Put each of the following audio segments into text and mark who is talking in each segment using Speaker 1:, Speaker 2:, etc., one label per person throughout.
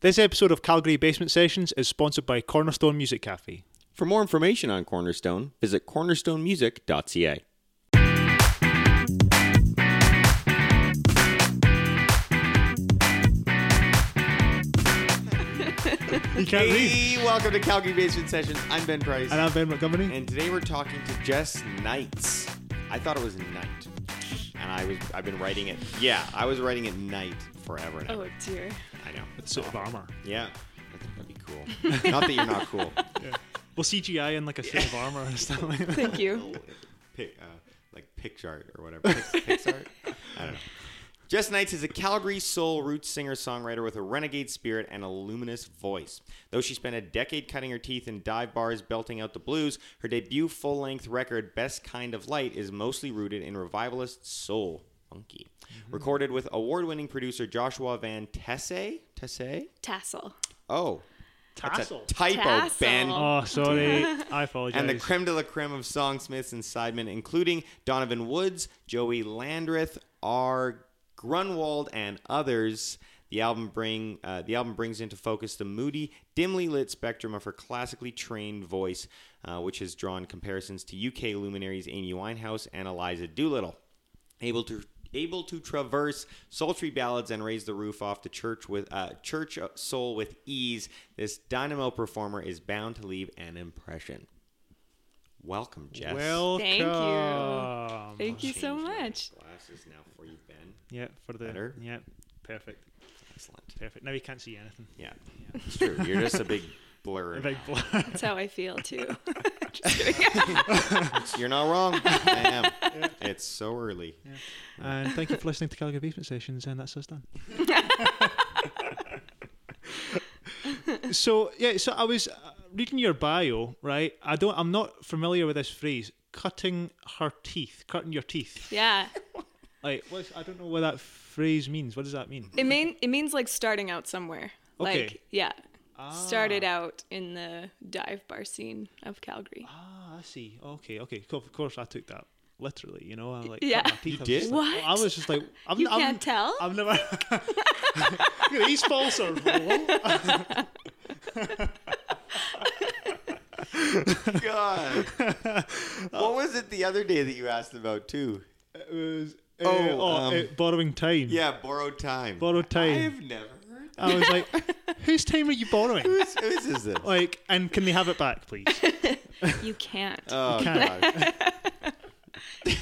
Speaker 1: This episode of Calgary Basement Sessions is sponsored by Cornerstone Music Cafe.
Speaker 2: For more information on Cornerstone, visit cornerstonemusic.ca.
Speaker 1: You can't read.
Speaker 2: Hey, welcome to Calgary Basement Sessions. I'm Ben Price.
Speaker 1: And I'm Ben Montgomery.
Speaker 2: And today we're talking to Jess Knights. I thought it was night. And I was I've been writing it. Yeah, I was writing it night forever and
Speaker 3: Oh
Speaker 2: ever.
Speaker 3: dear.
Speaker 2: I know.
Speaker 1: It's sort of armor.
Speaker 2: Yeah. I think That'd be cool. not that you're not cool.
Speaker 1: Well, CGI in like a suit of armor and stuff like that.
Speaker 3: Thank you.
Speaker 2: Pic, uh, like Pixart or whatever. Pix, Pixart? I don't know. Jess Knights is a Calgary soul roots singer songwriter with a renegade spirit and a luminous voice. Though she spent a decade cutting her teeth in dive bars belting out the blues, her debut full length record, Best Kind of Light, is mostly rooted in revivalist soul. Funky. Recorded with award winning producer Joshua Van Tesse. Tesse?
Speaker 3: Tassel.
Speaker 2: Oh. That's a
Speaker 1: Tassel.
Speaker 2: typo,
Speaker 3: Tassel.
Speaker 2: Ben.
Speaker 1: Oh, sorry. I apologize.
Speaker 2: And the creme de la creme of songsmiths and sidemen, including Donovan Woods, Joey Landreth, R. Grunwald, and others. The album bring uh, the album brings into focus the moody, dimly lit spectrum of her classically trained voice, uh, which has drawn comparisons to UK luminaries Amy Winehouse and Eliza Doolittle able to able to traverse sultry ballads and raise the roof off the church with uh, church soul with ease. This dynamo performer is bound to leave an impression. Welcome, Jess.
Speaker 1: Welcome.
Speaker 3: Thank you. Thank you so
Speaker 2: Change my
Speaker 3: much.
Speaker 2: Glasses now for you, Ben.
Speaker 1: Yeah, for the.
Speaker 2: Better?
Speaker 1: Yeah, perfect.
Speaker 2: Excellent.
Speaker 1: Perfect. Now you can't see anything.
Speaker 2: Yeah, it's true. You're just a big blur.
Speaker 1: A big blur.
Speaker 3: That's how I feel too.
Speaker 2: You're not wrong. I am. It's so early.
Speaker 1: And thank you for listening to Calgary Basement Sessions, and that's us done. so yeah, so I was uh, reading your bio, right? I don't, I'm not familiar with this phrase, cutting her teeth, cutting your teeth.
Speaker 3: yeah.
Speaker 1: Like, what's, I don't know what that phrase means. What does that mean?
Speaker 3: It mean it means like starting out somewhere.
Speaker 1: Okay. Ah.
Speaker 3: Like yeah. Started out in the dive bar scene of Calgary.
Speaker 1: Ah, I see. Okay, okay. Co- Of course, I took that literally. You know, I like
Speaker 3: Yeah.
Speaker 1: cut my teeth. I was
Speaker 2: did?
Speaker 1: just like-
Speaker 3: What?
Speaker 1: I was just like, I'm,
Speaker 3: You
Speaker 1: I'm,
Speaker 3: can't tell?
Speaker 1: I've never. Look at these false are what?
Speaker 2: God, what was it the other day that you asked about too?
Speaker 1: It was. Uh,
Speaker 2: Oh,
Speaker 1: oh,
Speaker 2: um,
Speaker 1: uh, borrowing time.
Speaker 2: Yeah, borrowed time.
Speaker 1: Borrowed Time.
Speaker 2: I've never heard. That.
Speaker 1: I was like, whose time are you borrowing?
Speaker 2: Who's, whose is this?
Speaker 1: Uh, Like, and can they have it back, please?
Speaker 3: You can't.
Speaker 2: Oh
Speaker 1: can't.
Speaker 2: God! Do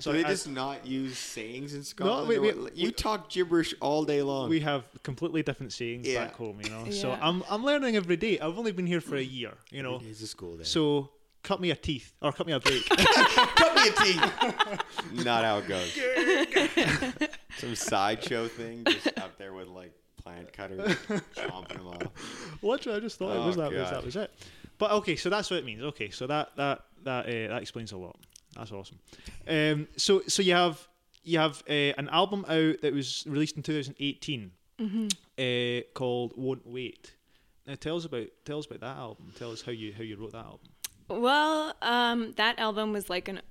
Speaker 1: So
Speaker 2: they
Speaker 1: I-
Speaker 2: just not use sayings in Scotland?
Speaker 1: we-
Speaker 2: or
Speaker 1: we-
Speaker 2: what? you talk gibberish all day long.
Speaker 1: we have completely different sayings
Speaker 2: Yeah.
Speaker 1: back home, you know. So
Speaker 3: Yeah.
Speaker 1: I'm I'm learning every day. I've only been here for a year, you know.
Speaker 2: It's a school day.
Speaker 1: So cut me a teeth or cut me a break.
Speaker 2: cut me a teeth. not how it goes. Some sideshow thing, just up there with like plant cutters chomping them off.
Speaker 1: What I just thought it
Speaker 2: Oh,
Speaker 1: was that was
Speaker 2: God.
Speaker 1: that was it. But okay, so that's what it means. Okay, so that that that uh, that explains a lot. That's awesome. Um, so so you have you have uh, an album out that was released in 2018
Speaker 3: Mm-hmm.
Speaker 1: uh, called "Won't Wait." Now tell us about tell us about that album. Tell us how you how you wrote that album.
Speaker 3: Well, um, that album was like an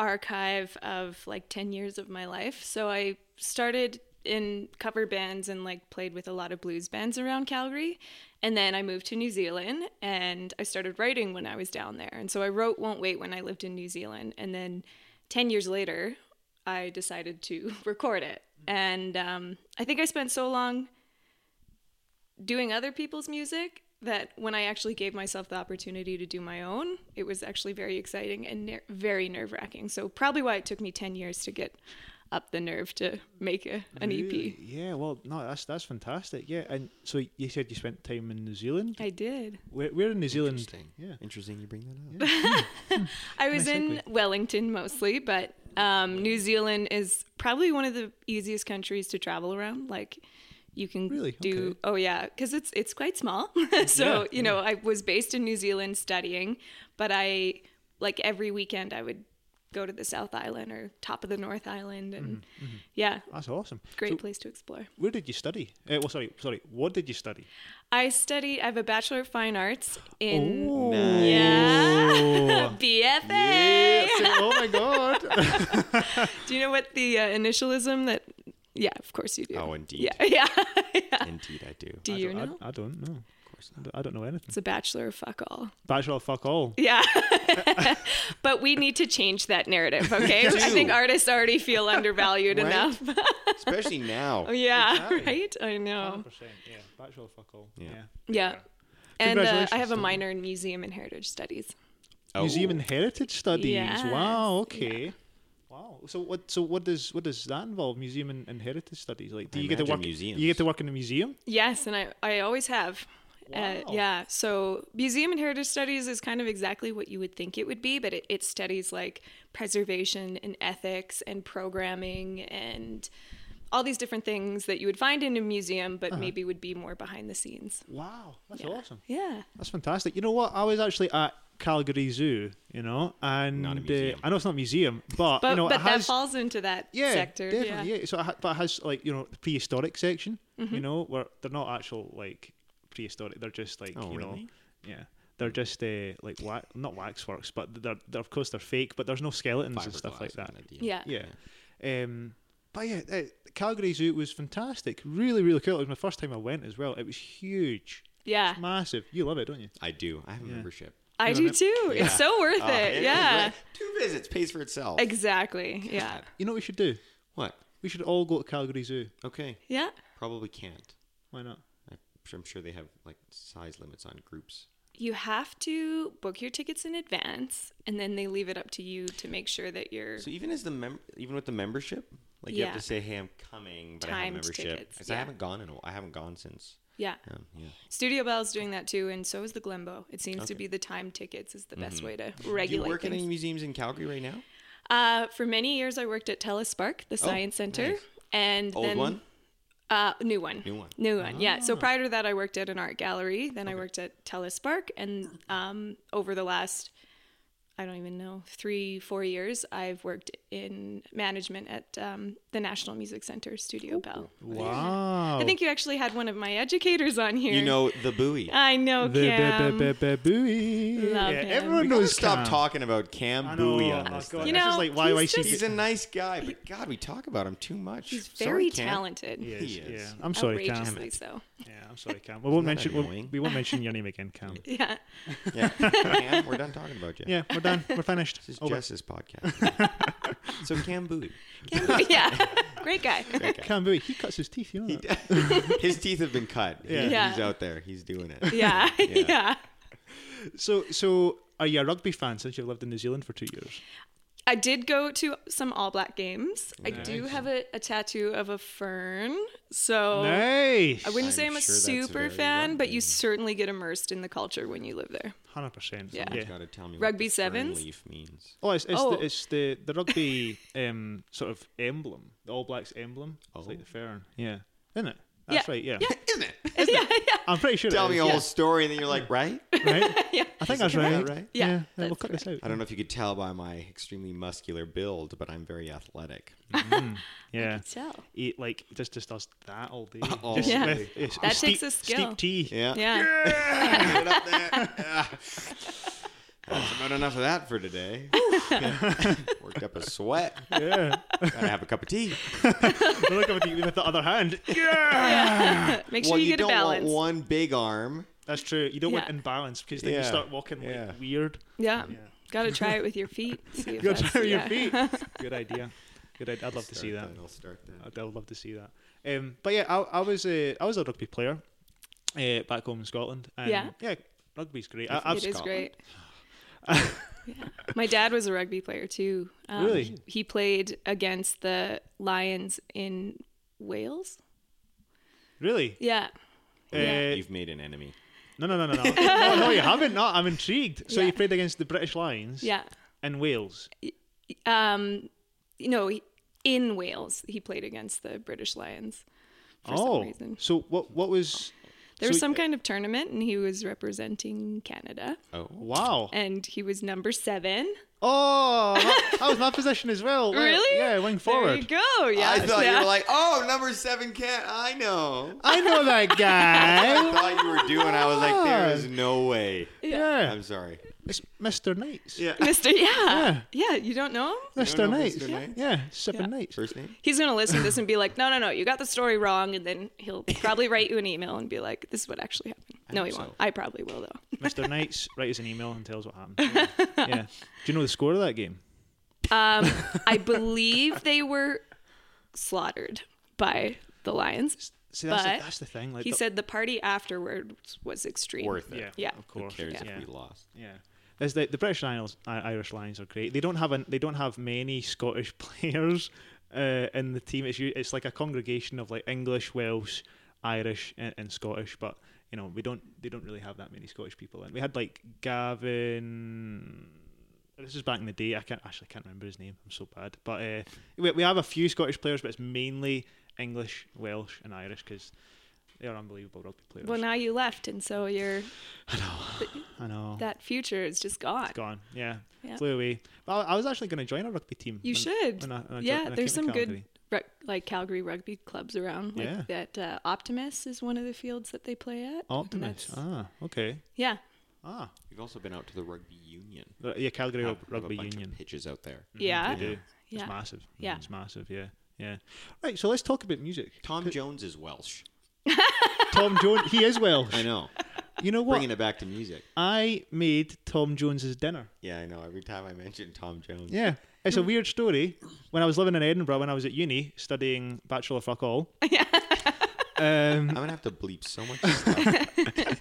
Speaker 3: archive of like 10 years of my life. So I started in cover bands and like played with a lot of blues bands around Calgary. And then I moved to New Zealand and I started writing when I was down there. And so I wrote Won't Wait when I lived in New Zealand. And then 10 years later, I decided to record it. And um, I think I spent so long doing other people's music that when I actually gave myself the opportunity to do my own, it was actually very exciting and ner- very nerve wracking. So, probably why it took me 10 years to get up the nerve to make a, an E
Speaker 1: Really?
Speaker 3: EP.
Speaker 1: Yeah. Well, no, that's that's fantastic. Yeah. And so you said you spent time in New Zealand.
Speaker 3: I did.
Speaker 1: Where, where in New Zealand?
Speaker 2: Interesting.
Speaker 1: Yeah.
Speaker 2: Interesting you bring that up.
Speaker 3: I was
Speaker 1: Nice
Speaker 3: in Wellington mostly, but um, New Zealand is probably one of the easiest countries to travel around. Like, you can
Speaker 1: Really?
Speaker 3: do
Speaker 1: Okay.
Speaker 3: oh yeah because it's it's quite small so
Speaker 1: Yeah,
Speaker 3: you know i was based in new zealand studying but i like every weekend i would go to the south island or top of the north island and yeah
Speaker 1: That's awesome.
Speaker 3: great
Speaker 1: Mm-hmm, So
Speaker 3: place to explore
Speaker 1: where did you study? Uh, well, sorry, sorry. What did you study?
Speaker 3: i studied i have a bachelor of fine arts in
Speaker 1: Oh.
Speaker 3: yeah bfa
Speaker 1: oh my god.
Speaker 3: do you know what the uh, initialism that Yeah, of course you do.
Speaker 2: Oh, indeed.
Speaker 3: Yeah, yeah. yeah.
Speaker 2: Indeed, I do.
Speaker 3: Do
Speaker 1: I
Speaker 3: you
Speaker 1: don't- I-
Speaker 3: know?
Speaker 1: I, don't know. Of course not. I don't know anything.
Speaker 3: It's a bachelor of fuck all.
Speaker 1: Bachelor of fuck all.
Speaker 3: Yeah. but we need to change that narrative, okay?
Speaker 2: We
Speaker 3: I
Speaker 2: do.
Speaker 3: think artists already feel undervalued
Speaker 2: Right?
Speaker 3: enough.
Speaker 2: Especially now.
Speaker 3: Oh, yeah,
Speaker 2: Exactly.
Speaker 3: right? I know.
Speaker 1: 100%, Oh. yeah. Bachelor of fuck all.
Speaker 2: Yeah.
Speaker 3: Yeah. And uh,
Speaker 1: Congratulations,
Speaker 3: I have a
Speaker 1: Dylan.
Speaker 3: minor in museum and heritage studies.
Speaker 2: Oh.
Speaker 1: Museum and heritage studies.
Speaker 3: Yes,
Speaker 1: Wow.
Speaker 3: yeah.
Speaker 1: Okay. Wow. So what? So what does what does that involve? Museum and, and heritage studies. Like, do
Speaker 2: I
Speaker 1: you get to
Speaker 2: imagine
Speaker 1: work?
Speaker 2: museums.
Speaker 1: You get to work in a museum.
Speaker 3: Yes, and I, I always have. Uh,
Speaker 1: Wow.
Speaker 3: yeah, so museum and heritage studies is kind of exactly what you would think it would be, but it, it studies like preservation and ethics and programming and all these different things that you would find in a museum, but maybe would be more behind the scenes.
Speaker 1: Wow. That's
Speaker 3: Yeah.
Speaker 1: awesome.
Speaker 3: Yeah.
Speaker 1: That's fantastic. You know what? I was actually at Calgary Zoo. You know, and
Speaker 2: Not a
Speaker 1: uh,
Speaker 2: museum.
Speaker 1: I know it's not a museum, but,
Speaker 3: But,
Speaker 1: you know,
Speaker 3: but
Speaker 1: it has
Speaker 3: that falls into that
Speaker 1: yeah,
Speaker 3: sector.
Speaker 1: definitely.
Speaker 3: yeah. Mm-hmm.
Speaker 1: Yeah. So, it ha- but it has like you know the prehistoric section. You know, where they're not actual like prehistoric. They're just like
Speaker 2: Oh,
Speaker 1: you know,
Speaker 2: really?
Speaker 1: yeah. They're just uh, like wa- not waxworks, but they're, they're of course they're fake. But there's no skeletons and stuff like
Speaker 2: Oh,
Speaker 1: that.
Speaker 2: Fiberglass kind of deal.
Speaker 3: Yeah.
Speaker 1: Yeah. Um, but yeah, uh, Calgary Zoo was fantastic. Really, really cool. It was my first time I went as well. It was huge,
Speaker 3: Yeah.
Speaker 1: massive. You love it, don't you?
Speaker 2: I do. I have a membership.
Speaker 3: I do too.
Speaker 2: Yeah.
Speaker 3: It's so worth
Speaker 2: Oh,
Speaker 3: it.
Speaker 2: is
Speaker 3: yeah.
Speaker 2: great. Two visits pays for itself.
Speaker 3: Exactly. Yeah.
Speaker 1: You know what we should do?
Speaker 2: What?
Speaker 1: We should all go to Calgary Zoo.
Speaker 2: Okay.
Speaker 3: Yeah.
Speaker 2: Probably can't.
Speaker 1: Why not?
Speaker 2: I'm sure- I'm sure they have like size limits on groups.
Speaker 3: You have to book your tickets in advance and then they leave it up to you to make sure that you're
Speaker 2: So even as the mem- even with the membership, like you have
Speaker 3: Yeah.
Speaker 2: to say, "Hey, I'm coming," but I have a
Speaker 3: Timed
Speaker 2: membership.
Speaker 3: tickets,
Speaker 2: 'Cause I
Speaker 3: yeah.
Speaker 2: haven't gone in. A while. I haven't gone since.
Speaker 3: Yeah.
Speaker 2: Um, yeah.
Speaker 3: Studio Bell's doing that too and so is the Glenbow. It seems to
Speaker 2: Okay. Mm-hmm.
Speaker 3: be the time tickets is the best way to
Speaker 2: Do you
Speaker 3: regulate
Speaker 2: work at
Speaker 3: things.
Speaker 2: any museums in Calgary right now?
Speaker 3: Uh, for many years I worked at Telespark, the science center,
Speaker 2: Oh, nice.
Speaker 3: and
Speaker 2: Old
Speaker 3: then
Speaker 2: one.
Speaker 3: Uh, new one.
Speaker 2: New one. Ah.
Speaker 3: New one. Yeah. So prior to that, I worked at an art gallery. Then I worked at Telespark, and um, over the last, I don't even know, three, four years, I've worked in management at um, the National Music Center Studio Bell.
Speaker 1: Wow.
Speaker 3: I think you actually had one of my educators on here.
Speaker 2: Oh.
Speaker 3: Uh,
Speaker 2: You know the buoy.
Speaker 3: I know, Cam.
Speaker 1: Booey.
Speaker 3: Love
Speaker 1: yeah,
Speaker 3: him.
Speaker 1: Everyone
Speaker 2: we gotta
Speaker 1: knows
Speaker 2: stop
Speaker 1: Cam.
Speaker 2: talking about Cam Bowie on this.
Speaker 1: oh God,
Speaker 2: thing.
Speaker 3: You know,
Speaker 1: this is like why
Speaker 3: he's
Speaker 1: why
Speaker 3: just-
Speaker 2: he's a nice guy, but God, we talk about him too much.
Speaker 3: He's
Speaker 2: Sorry,
Speaker 3: very
Speaker 2: Cam.
Speaker 3: talented.
Speaker 1: He
Speaker 2: is,
Speaker 1: is,
Speaker 2: yeah.
Speaker 1: Yeah. I'm sorry, Cam.
Speaker 3: Outrageously so.
Speaker 1: Yeah, I'm sorry, Cam. We won't
Speaker 2: that
Speaker 1: mention we'll,
Speaker 2: annoying?
Speaker 1: we won't mention your name again, Cam.
Speaker 3: Yeah.
Speaker 2: Yeah, Cam, we're done talking about you.
Speaker 1: Yeah, Oh, we're done. We're finished.
Speaker 2: This is
Speaker 1: Over.
Speaker 2: Jess's podcast. so Cam Bowie.
Speaker 3: Cam- yeah. Great guy.
Speaker 2: Great guy.
Speaker 1: Cam Bowie, he cuts his teeth. You know that?
Speaker 2: His teeth have been cut. He-
Speaker 1: Yeah.
Speaker 3: Yeah.
Speaker 2: He's out there. He's doing it.
Speaker 3: Yeah.
Speaker 2: Yeah.
Speaker 3: yeah.
Speaker 1: So, so are you a rugby fan since you've lived in New Zealand for two years?
Speaker 3: I did go to some All Black games. I do have a, a tattoo of a fern, so
Speaker 1: nice,
Speaker 3: I wouldn't say
Speaker 2: I'm
Speaker 3: I'm a
Speaker 2: sure that's
Speaker 3: super
Speaker 2: very
Speaker 3: fan, but
Speaker 2: rugby.
Speaker 3: you certainly get immersed in the culture when you live there.
Speaker 1: hundred percent.
Speaker 3: Yeah.
Speaker 2: Someone's gotta tell me what
Speaker 3: Rugby
Speaker 2: the fern
Speaker 3: sevens?
Speaker 2: leaf means.
Speaker 1: Oh, it's, it's,
Speaker 3: Oh.
Speaker 1: The, it's the the rugby um, sort of emblem, the All Blacks emblem. It's like
Speaker 2: Oh.
Speaker 1: the fern. Yeah, isn't it? That's
Speaker 3: Yeah.
Speaker 1: right. Yeah.
Speaker 2: Isn't it?
Speaker 3: yeah, yeah,
Speaker 1: I'm pretty sure.
Speaker 2: Tell
Speaker 1: it
Speaker 2: me
Speaker 1: is.
Speaker 2: a whole story, and then you're like, right?
Speaker 1: Right?
Speaker 3: yeah.
Speaker 1: I think that's
Speaker 2: Is
Speaker 1: right.
Speaker 2: that right?
Speaker 1: Yeah.
Speaker 3: Yeah,
Speaker 1: we'll
Speaker 3: that's
Speaker 1: cut this out.
Speaker 2: I don't know if you could tell by my extremely muscular build, but I'm very athletic.
Speaker 1: Yeah.
Speaker 3: So
Speaker 1: Eat like just just does that all day.
Speaker 2: All
Speaker 1: Just
Speaker 3: day.
Speaker 1: with- it's-
Speaker 3: That
Speaker 1: it's
Speaker 3: takes
Speaker 1: steep-
Speaker 3: a skill.
Speaker 1: Steep tea.
Speaker 2: Yeah.
Speaker 3: yeah,
Speaker 2: Get up there. Ah. That's about enough of that for today. Worked up a sweat.
Speaker 1: Yeah.
Speaker 2: Gotta have a cup of tea.
Speaker 1: Look at the, with the other hand.
Speaker 3: make sure
Speaker 2: Well,
Speaker 3: you,
Speaker 2: you,
Speaker 3: get
Speaker 2: don't
Speaker 3: a balance.
Speaker 2: want one big arm.
Speaker 1: That's true. You don't want
Speaker 3: Yeah.
Speaker 1: imbalance because then you
Speaker 2: Yeah.
Speaker 1: start walking
Speaker 2: Yeah.
Speaker 1: like weird.
Speaker 3: yeah. gotta try it with your feet. See if
Speaker 1: You got
Speaker 3: that's-
Speaker 1: to your
Speaker 3: yeah.
Speaker 1: feet. Good idea. Good idea. I'd love to see that.
Speaker 2: Start I'll start that.
Speaker 1: I'd, I'd love to see that. Um, but yeah, I, I was a I was a rugby player uh, back home in Scotland. And
Speaker 3: Yeah.
Speaker 1: Yeah. Rugby's great. I, I've
Speaker 3: It is
Speaker 2: Scotland.
Speaker 3: great. Yeah. My dad was a rugby player too. Um,
Speaker 1: Really?
Speaker 3: He played against the Lions in Wales.
Speaker 1: really.
Speaker 3: Yeah.
Speaker 1: Uh,
Speaker 2: You've made an enemy.
Speaker 1: no, no, no, no, no. no, no, you haven't. No, I'm intrigued. So
Speaker 3: Yeah.
Speaker 1: you played against the British Lions
Speaker 3: Yeah.
Speaker 1: in Wales.
Speaker 3: um you know in wales he played against the british lions for
Speaker 1: oh,
Speaker 3: some reason
Speaker 1: so what? What was?
Speaker 3: there
Speaker 1: so-
Speaker 3: was some kind of tournament and he was representing canada
Speaker 2: Oh,
Speaker 1: Wow.
Speaker 3: and he was number seven
Speaker 1: Oh, that, that was my position as well. Wing-
Speaker 3: Really?
Speaker 1: Yeah, wing
Speaker 3: There you
Speaker 1: forward.
Speaker 3: go. Yeah.
Speaker 2: I thought
Speaker 3: yeah.
Speaker 2: you were like, oh, number seven cat. I know.
Speaker 1: I know that
Speaker 2: I
Speaker 1: guy.
Speaker 2: thought you were doing. I was like, there is no way.
Speaker 1: yeah,
Speaker 2: I'm sorry.
Speaker 1: it's Mr. Knights.
Speaker 2: Yeah.
Speaker 3: Mr. Yeah.
Speaker 1: Yeah.
Speaker 3: Yeah. You don't know him?
Speaker 1: Mr.
Speaker 2: don't know
Speaker 1: Knights.
Speaker 2: Mr.
Speaker 1: Yeah.
Speaker 2: Knights?
Speaker 1: Seven
Speaker 3: Yeah.
Speaker 1: Knights.
Speaker 2: First name.
Speaker 3: He's gonna listen to this and be like, "No, no, no, you got the story wrong," and then he'll probably write you an email and be like, "This is what actually happened." no, he
Speaker 2: hope
Speaker 3: won't.
Speaker 2: so.
Speaker 3: I probably will though.
Speaker 1: Mr. Knights writes us an email and tells what happened. yeah. Do you know the score of that game?
Speaker 3: Um, I believe they were slaughtered by the lions.
Speaker 1: See, that's,
Speaker 3: But
Speaker 1: the, that's the thing. Like,
Speaker 3: He
Speaker 1: the-
Speaker 3: said the party afterwards was extreme.
Speaker 2: Worth it.
Speaker 1: yeah,
Speaker 3: Yeah.
Speaker 1: of
Speaker 2: Who
Speaker 1: course.
Speaker 2: cares
Speaker 1: yeah.
Speaker 2: if we lost?
Speaker 1: Yeah. There's the, the British and Isles- I- Irish Lions are great. They don't have an, they don't have many Scottish players uh, in the team. It's u- it's like a congregation of like English, Welsh, Irish, and, and Scottish. But you know we don't they don't really have that many Scottish people. And we had like Gavin. This is back in the day. I can't actually I can't remember his name. I'm so bad. But uh, we we have a few Scottish players, but it's mainly English, Welsh, and Irish because they are unbelievable rugby players.
Speaker 3: Well, now you left, and so your
Speaker 1: I know.
Speaker 3: that future is just gone.
Speaker 1: gone. Yeah,
Speaker 3: Yeah.
Speaker 1: flew away. Well, I was actually going to join a rugby team.
Speaker 3: You
Speaker 1: when-
Speaker 3: should.
Speaker 1: when I- when I jo-
Speaker 3: yeah,
Speaker 1: when I
Speaker 3: there's
Speaker 1: came
Speaker 3: some
Speaker 1: to
Speaker 3: good
Speaker 1: Calgary.
Speaker 3: rug, like Calgary rugby clubs around. Like
Speaker 1: Yeah.
Speaker 3: that uh, Optimus is one of the fields that they play at. and
Speaker 1: Optimus.
Speaker 3: that's-
Speaker 1: Ah, okay.
Speaker 3: Yeah.
Speaker 1: Ah,
Speaker 2: You've also been out to the rugby union.
Speaker 1: the- yeah, Calgary
Speaker 2: Have- have a
Speaker 1: Rugby
Speaker 2: bunch of
Speaker 1: Union.
Speaker 2: pitches out there.
Speaker 3: Yeah.
Speaker 1: They do.
Speaker 3: Yeah.
Speaker 1: It's massive. Mm,
Speaker 3: Yeah.
Speaker 1: it's massive. Yeah, yeah. Right, so let's talk about music.
Speaker 2: Tom Jones is Welsh.
Speaker 1: Tom Jones. He is Welsh.
Speaker 2: I know.
Speaker 1: You know what?
Speaker 2: Bringing it back to music.
Speaker 1: I made Tom Jones's dinner.
Speaker 2: Yeah, I know. Every time I mention Tom Jones.
Speaker 1: Yeah. It's a weird story. When I was living in Edinburgh, when I was at uni studying Bachelor of Fuck All,
Speaker 2: I'm gonna have to bleep so much stuff.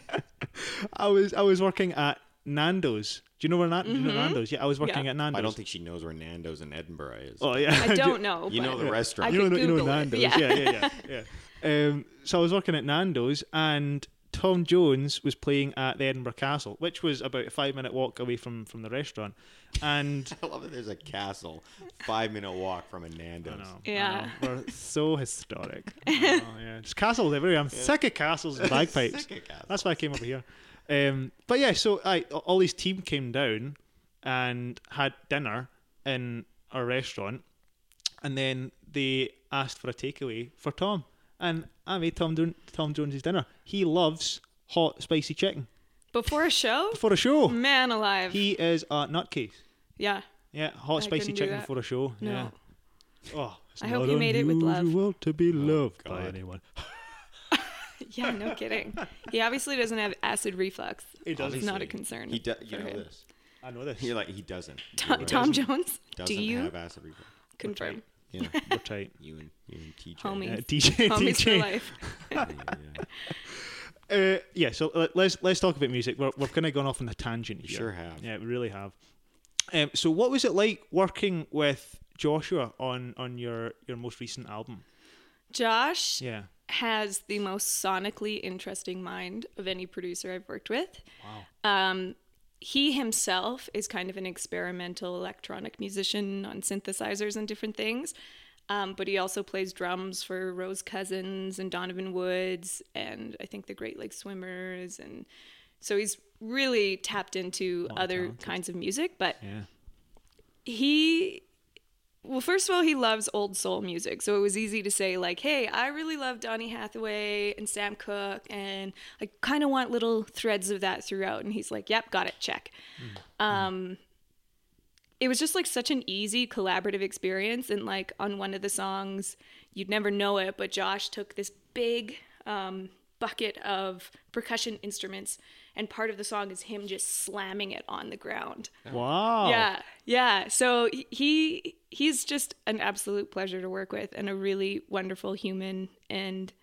Speaker 1: I was I was working at Nando's. Do you know where Nan- do you know Nando's? Yeah, I was working
Speaker 3: Mm-hmm. Yeah.
Speaker 1: at Nando's.
Speaker 2: I don't think she knows where Nando's in Edinburgh is.
Speaker 1: Oh yeah.
Speaker 3: I don't know.
Speaker 2: you know
Speaker 3: but
Speaker 2: the restaurant.
Speaker 3: I
Speaker 1: you
Speaker 3: could
Speaker 1: know, you know
Speaker 3: Google it,
Speaker 1: Nando's.
Speaker 3: yeah.
Speaker 1: Yeah, yeah, yeah. yeah. Um, so I was working at Nando's, and Tom Jones was playing at the Edinburgh Castle, which was about a five-minute walk away from from the restaurant. And
Speaker 2: I love that there's a castle five minute walk from a Nando's.
Speaker 1: I know, I
Speaker 3: Yeah.
Speaker 1: know, we're so historic. I know, yeah, just castles everywhere. I'm sick of castles and bagpipes.
Speaker 2: Sick of castles.
Speaker 1: That's why I came over here. Um, but yeah, so I all his team came down and had dinner in a restaurant, and then they asked for a takeaway for Tom, and I made Tom Don- Tom Jones's dinner. He loves hot spicy chicken
Speaker 3: Before a show?
Speaker 1: for a show.
Speaker 3: Man alive.
Speaker 1: He is a nutcase.
Speaker 3: yeah.
Speaker 1: Yeah, hot
Speaker 3: I
Speaker 1: spicy
Speaker 3: couldn't do
Speaker 1: chicken
Speaker 3: that.
Speaker 1: for a show.
Speaker 3: No.
Speaker 1: Yeah. Oh, it's
Speaker 3: I hope
Speaker 1: not
Speaker 3: you made it with love.
Speaker 1: unusual to be loved by
Speaker 2: Oh, God.
Speaker 1: anyone.
Speaker 3: Yeah, no kidding. He obviously doesn't have acid reflux.
Speaker 1: It does.
Speaker 3: It's
Speaker 2: Obviously.
Speaker 3: not a concern.
Speaker 2: He do- you
Speaker 3: for
Speaker 2: know
Speaker 3: him.
Speaker 2: this.
Speaker 1: I know this.
Speaker 2: You're like he doesn't.
Speaker 3: Tom,
Speaker 2: You're right.
Speaker 3: Tom Jones, do
Speaker 2: doesn't
Speaker 3: you
Speaker 2: have acid reflux.
Speaker 3: confirm?
Speaker 2: Yeah,
Speaker 1: We're tight.
Speaker 2: you and you and TJ.
Speaker 1: Uh,
Speaker 3: Homie.
Speaker 1: DJ,
Speaker 3: Homies for
Speaker 1: DJ.
Speaker 3: life.
Speaker 2: Yeah, yeah.
Speaker 1: Uh, yeah, so let- let's let's talk about music. We're, we've kind of gone off on a tangent here.
Speaker 2: sure have.
Speaker 1: Yeah, we really have. Um, so what was it like working with Joshua on on your your most recent album?
Speaker 3: Josh
Speaker 1: Yeah.
Speaker 3: has the most sonically interesting mind of any producer I've worked with.
Speaker 1: Wow.
Speaker 3: Um, he himself is kind of an experimental electronic musician on synthesizers and different things, um, but he also plays drums for Rose Cousins and Donovan Woods and I think the Great Lakes Swimmers, and so he's really tapped into other kinds of music. But
Speaker 1: Yeah.
Speaker 3: he well first of all he loves old soul music so it was easy to say like hey i really love donny hathaway and sam cooke and i kind of want little threads of that throughout and he's like yep got it check um it was just like such an easy collaborative experience and like on one of the songs you'd never know it but josh took this big um, bucket of percussion instruments and part of the song is him just slamming it on the ground
Speaker 1: Wow.
Speaker 3: yeah, yeah. So he he's just an absolute pleasure to work with and a really wonderful human and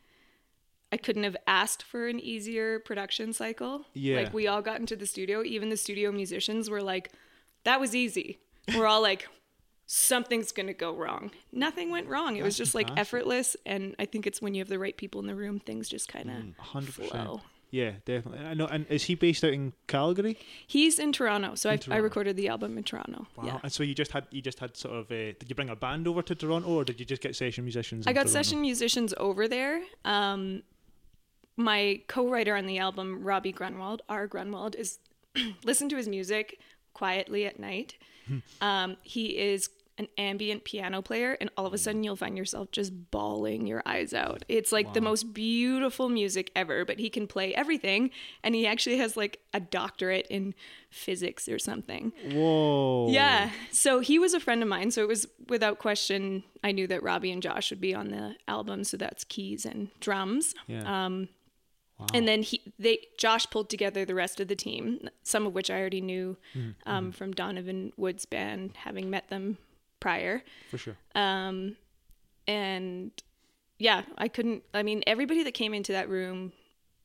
Speaker 3: I couldn't have asked for an easier production cycle.
Speaker 1: Yeah.
Speaker 3: Like we all got into the studio, even the studio musicians were like that was easy. We're all like something's going to go wrong. Nothing went wrong. It was just like effortless and I think it's when you have the right people in the room things just kind of
Speaker 1: Mm, Hundred percent.
Speaker 3: flow.
Speaker 1: Yeah, definitely. I know. And is he based out in Calgary?
Speaker 3: He's in Toronto, so I, I recorded the album in Toronto. Yeah.
Speaker 1: And so you just had you just had sort of. Uh, did you bring a band over to Toronto, or did you just get session musicians?
Speaker 3: I
Speaker 1: in
Speaker 3: got
Speaker 1: Toronto?
Speaker 3: session musicians over there. Um, my co-writer on the album, Robbie Grunwald, R. Grunwald, is listen to his music, quietly at night. um, he is an ambient piano player, and all of a sudden you'll find yourself just bawling your eyes out. It's like the most beautiful music ever, but he can play everything, and he actually has like a doctorate in physics or something.
Speaker 1: Whoa.
Speaker 3: Yeah. So he was a friend of mine. So it was without question, I knew that Robbie and Josh would be on the album. So that's keys and drums.
Speaker 1: Yeah.
Speaker 3: Um, And then he, they, Josh pulled together the rest of the team, some of which I already knew um, from Donovan Woods' band, having met them prior.
Speaker 1: For sure.
Speaker 3: Um, and yeah, I couldn't. I mean, everybody that came into that room,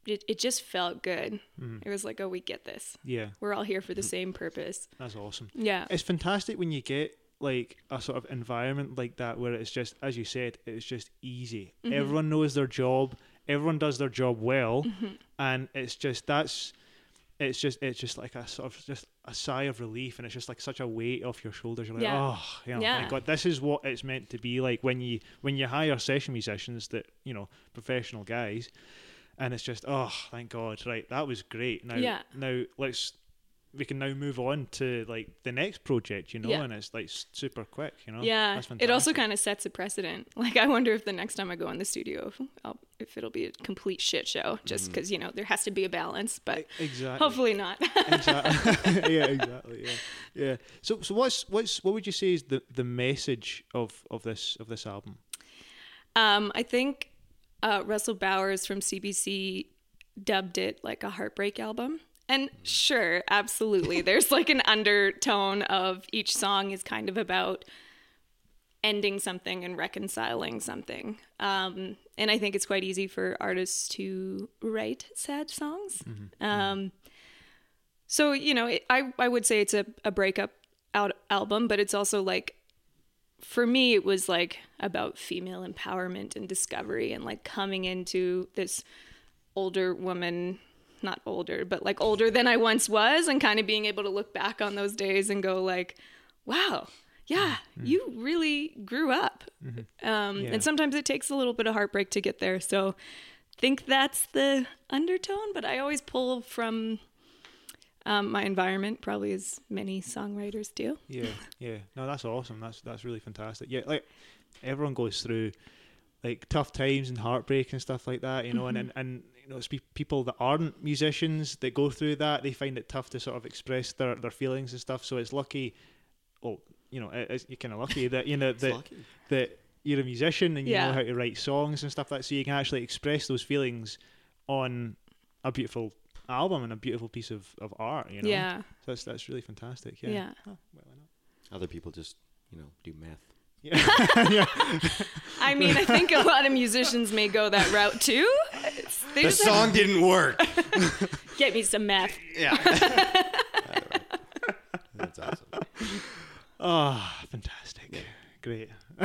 Speaker 3: it, it just felt good. It was like, oh, we get this.
Speaker 1: Yeah.
Speaker 3: We're all here for the same purpose.
Speaker 1: That's awesome.
Speaker 3: Yeah.
Speaker 1: It's fantastic when you get like a sort of environment like that where it's just, as you said, it's just easy.
Speaker 3: Mm-hmm.
Speaker 1: Everyone knows their job. Everyone does their job well,
Speaker 3: Mm-hmm.
Speaker 1: and it's just that's, it's just it's just like a sort of just a sigh of relief, and it's just like such a weight off your shoulders. You're like,
Speaker 3: Yeah.
Speaker 1: oh, you know,
Speaker 3: Yeah.
Speaker 1: thank God, this is what it's meant to be like when you when you hire session musicians that you know professional guys, and it's just oh, thank God, right, that was great. Now
Speaker 3: Yeah.
Speaker 1: now let's we can now move on to like the next project, you know,
Speaker 3: Yeah.
Speaker 1: and it's like s- super quick, you know.
Speaker 3: Yeah,
Speaker 1: Oh, That's
Speaker 3: it also
Speaker 1: fantastic.
Speaker 3: kind of sets a precedent. Like, I wonder if the next time I go in the studio, if, I'll, if it'll be a complete shit show, just
Speaker 1: Mm.
Speaker 3: because you know there has to be a balance. But
Speaker 1: E-, exactly.
Speaker 3: hopefully not.
Speaker 1: exactly. yeah, exactly. Yeah, yeah. So, so what's what's what would you say is the the message of of this of this album?
Speaker 3: um, I think uh, Russell Bowers from CBC dubbed it like a heartbreak album. And sure, absolutely, there's like an undertone of each song is kind of about ending something and reconciling something. Um, and I think it's quite easy for artists to write sad songs. Um, so, you know, it, I, I would say it's a, a breakup out album, but it's also like, for me, it was like about female empowerment and discovery and like coming into this older woman, not older, but like older than I once was, and kind of being able to look back on those days and go, like, wow, yeah, you really grew up. Um,
Speaker 1: Mm-hmm. Yeah.
Speaker 3: And sometimes it takes a little bit of heartbreak to get there. So think that's the undertone, but I always pull from um, my environment, probably as many songwriters do.
Speaker 1: Yeah, yeah. No, that's awesome. That's that's really fantastic. Yeah, like everyone goes through like tough times and heartbreak and stuff like that, you know. And, and
Speaker 3: Mm-hmm.
Speaker 1: and you know, it's pe- people that aren't musicians that go through that. They find it tough to sort of express their their feelings and stuff. So it's lucky. Well, you know, it, it's, you're kind of lucky that you know that
Speaker 2: lucky.
Speaker 1: that you're a musician and you know
Speaker 3: Yeah.
Speaker 1: how to write songs and stuff like that. So you can actually express those feelings on a beautiful album and a beautiful piece of, of art. You know,
Speaker 3: Yeah.
Speaker 1: So that's that's really fantastic. Yeah.
Speaker 3: Yeah.
Speaker 1: Oh, well, I know.
Speaker 2: Other people just, you know, do math.
Speaker 3: I mean, I think a lot of musicians may go that route too. It's, they
Speaker 2: The
Speaker 3: just have-
Speaker 2: song didn't work.
Speaker 3: get me some meth.
Speaker 2: Yeah. That's awesome.
Speaker 1: Ah, fantastic. Great.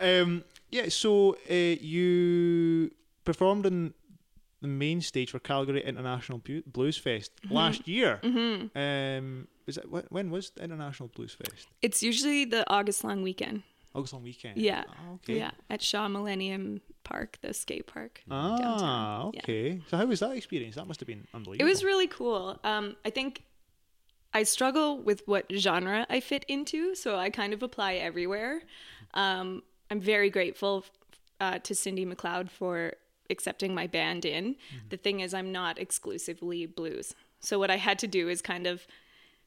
Speaker 1: um, yeah, so uh, you performed on the main stage for Calgary International Bu- Blues Fest last year. Mm-hmm. Um, was that, wh- when was the International Blues Fest?
Speaker 3: It's usually the August long weekend.
Speaker 1: August long weekend.
Speaker 3: Yeah.
Speaker 1: Ah, okay.
Speaker 3: Yeah, at Shaw Millennium Park, the skate park.
Speaker 2: Oh.
Speaker 1: Ah,
Speaker 3: Downtown, yeah.
Speaker 1: okay. So how was that experience? That must have been
Speaker 3: It
Speaker 1: unbelievable.
Speaker 3: was really cool. Um, I think I struggle with what genre I fit into, so I kind of apply everywhere. Um, I'm very grateful uh, to Cindy McLeod for accepting my band in. The thing is, I'm not exclusively blues. So what I had to do is kind of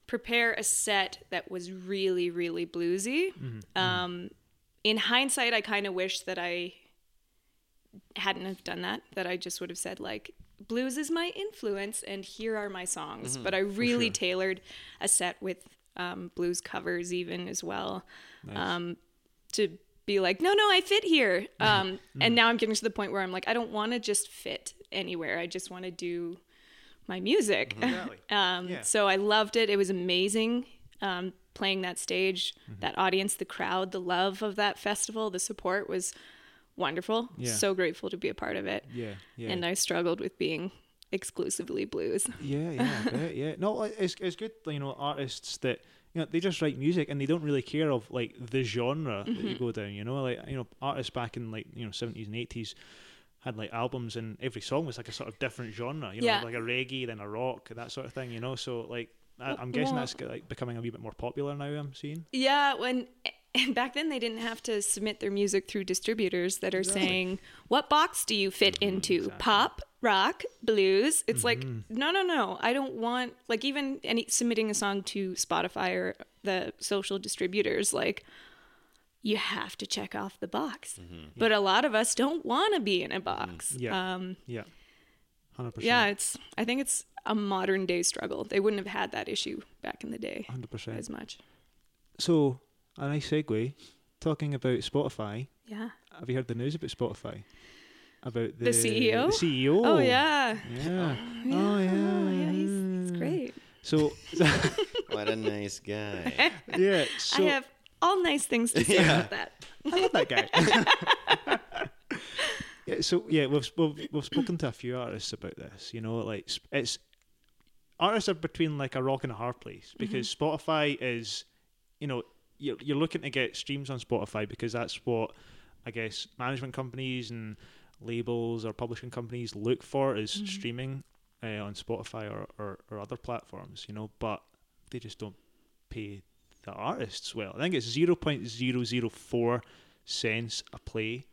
Speaker 3: prepare a set that was really, really bluesy. Um, in hindsight, I kind of wish that I hadn't have done that that i just would have said like blues is my influence and here are my songs
Speaker 1: Mm-hmm.
Speaker 3: but i really tailored a set with um, blues covers even as well um, to be like no no i fit here
Speaker 1: Mm-hmm.
Speaker 3: um, and now i'm getting to the point where i'm like i don't want to just fit anywhere i just want to do my music um,
Speaker 1: Mm-hmm. Yeah.
Speaker 3: so i loved it it was amazing um, playing that stage
Speaker 1: Mm-hmm.
Speaker 3: that audience the crowd the love of that festival the support was wonderful.
Speaker 1: Yeah.
Speaker 3: So grateful to be a part of it.
Speaker 1: yeah, yeah.
Speaker 3: And I struggled with being exclusively blues.
Speaker 1: Yeah, yeah, I bet, yeah. No, like, it's it's good. You know, artists that you know they just write music and they don't really care of like the genre that
Speaker 3: Mm-hmm.
Speaker 1: you go down. You know, like you know, artists back in like you know seventies and eighties had like albums and every song was like a sort of different genre. You know,
Speaker 3: Yeah.
Speaker 1: like a reggae, then a rock, and that sort of thing. You know, so like I, I'm guessing that's like becoming a wee bit more popular now. I'm seeing.
Speaker 3: Yeah, when and back then they didn't have to submit their music through distributors that are saying, "What box do you fit
Speaker 1: Mm-hmm,
Speaker 3: into? Pop, rock, blues?" It's like, "No, no, no. I don't want like even any submitting a song to Spotify or the social distributors like you have to check off the box. But a lot of us don't want to be in a box.
Speaker 1: Mm-hmm. Yeah.
Speaker 3: Um
Speaker 1: Yeah. Hundred percent.
Speaker 3: yeah, it's I think it's a modern day struggle. They wouldn't have had that issue back in the day
Speaker 1: Hundred percent.
Speaker 3: as much.
Speaker 1: So a nice segue. Talking about Spotify.
Speaker 3: Yeah.
Speaker 1: Have you heard the news about Spotify? About the,
Speaker 3: The CEO?
Speaker 1: the CEO.
Speaker 3: Oh, yeah.
Speaker 1: Yeah. Oh yeah.
Speaker 3: Oh yeah, he's, he's great.
Speaker 1: So
Speaker 2: What a nice guy.
Speaker 1: yeah. So
Speaker 3: I have all nice things to say about that.
Speaker 1: I love that guy. yeah, so yeah, we've, we've we've spoken to a few artists about this. You know, like sp- it's artists are between like a rock and a hard place because Spotify is, you know, you're you're looking to get streams on Spotify because that's what I guess management companies and labels or publishing companies look for is streaming uh, on Spotify or, or or other platforms. You know, but they just don't pay the artists well. I think it's zero point zero zero four cents a play,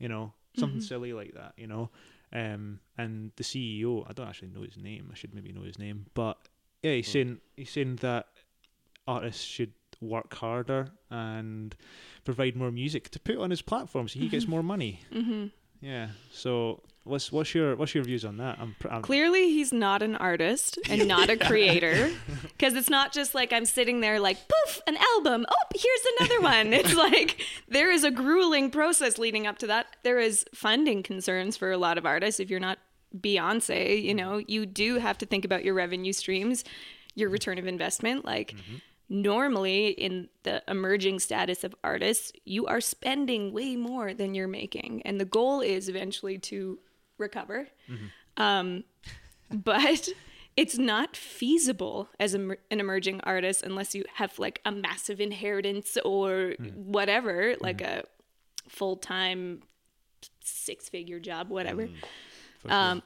Speaker 1: you know, something silly like that, you know. Um, and the CEO, I don't actually know his name. I should maybe know his name, but yeah, he's saying he's saying that artists should work harder and provide more music to put on his platform so he gets more money. Mm-hmm. Yeah. So what's what's your what's your views on that? I'm, pr- I'm
Speaker 3: Clearly, he's not an artist and not a creator because it's not just like I'm sitting there like, poof, an album. Oh, here's another one. It's like there is a grueling process leading up to that. There is funding concerns for a lot of artists. If you're not Beyonce, you know, you do have to think about your revenue streams, your return of investment. Like, normally in the emerging status of artists, you are spending way more than you're making. And the goal is eventually to recover but it's not feasible as em- an emerging artist unless you have like a massive inheritance or whatever, like a full time six figure job, whatever. Um,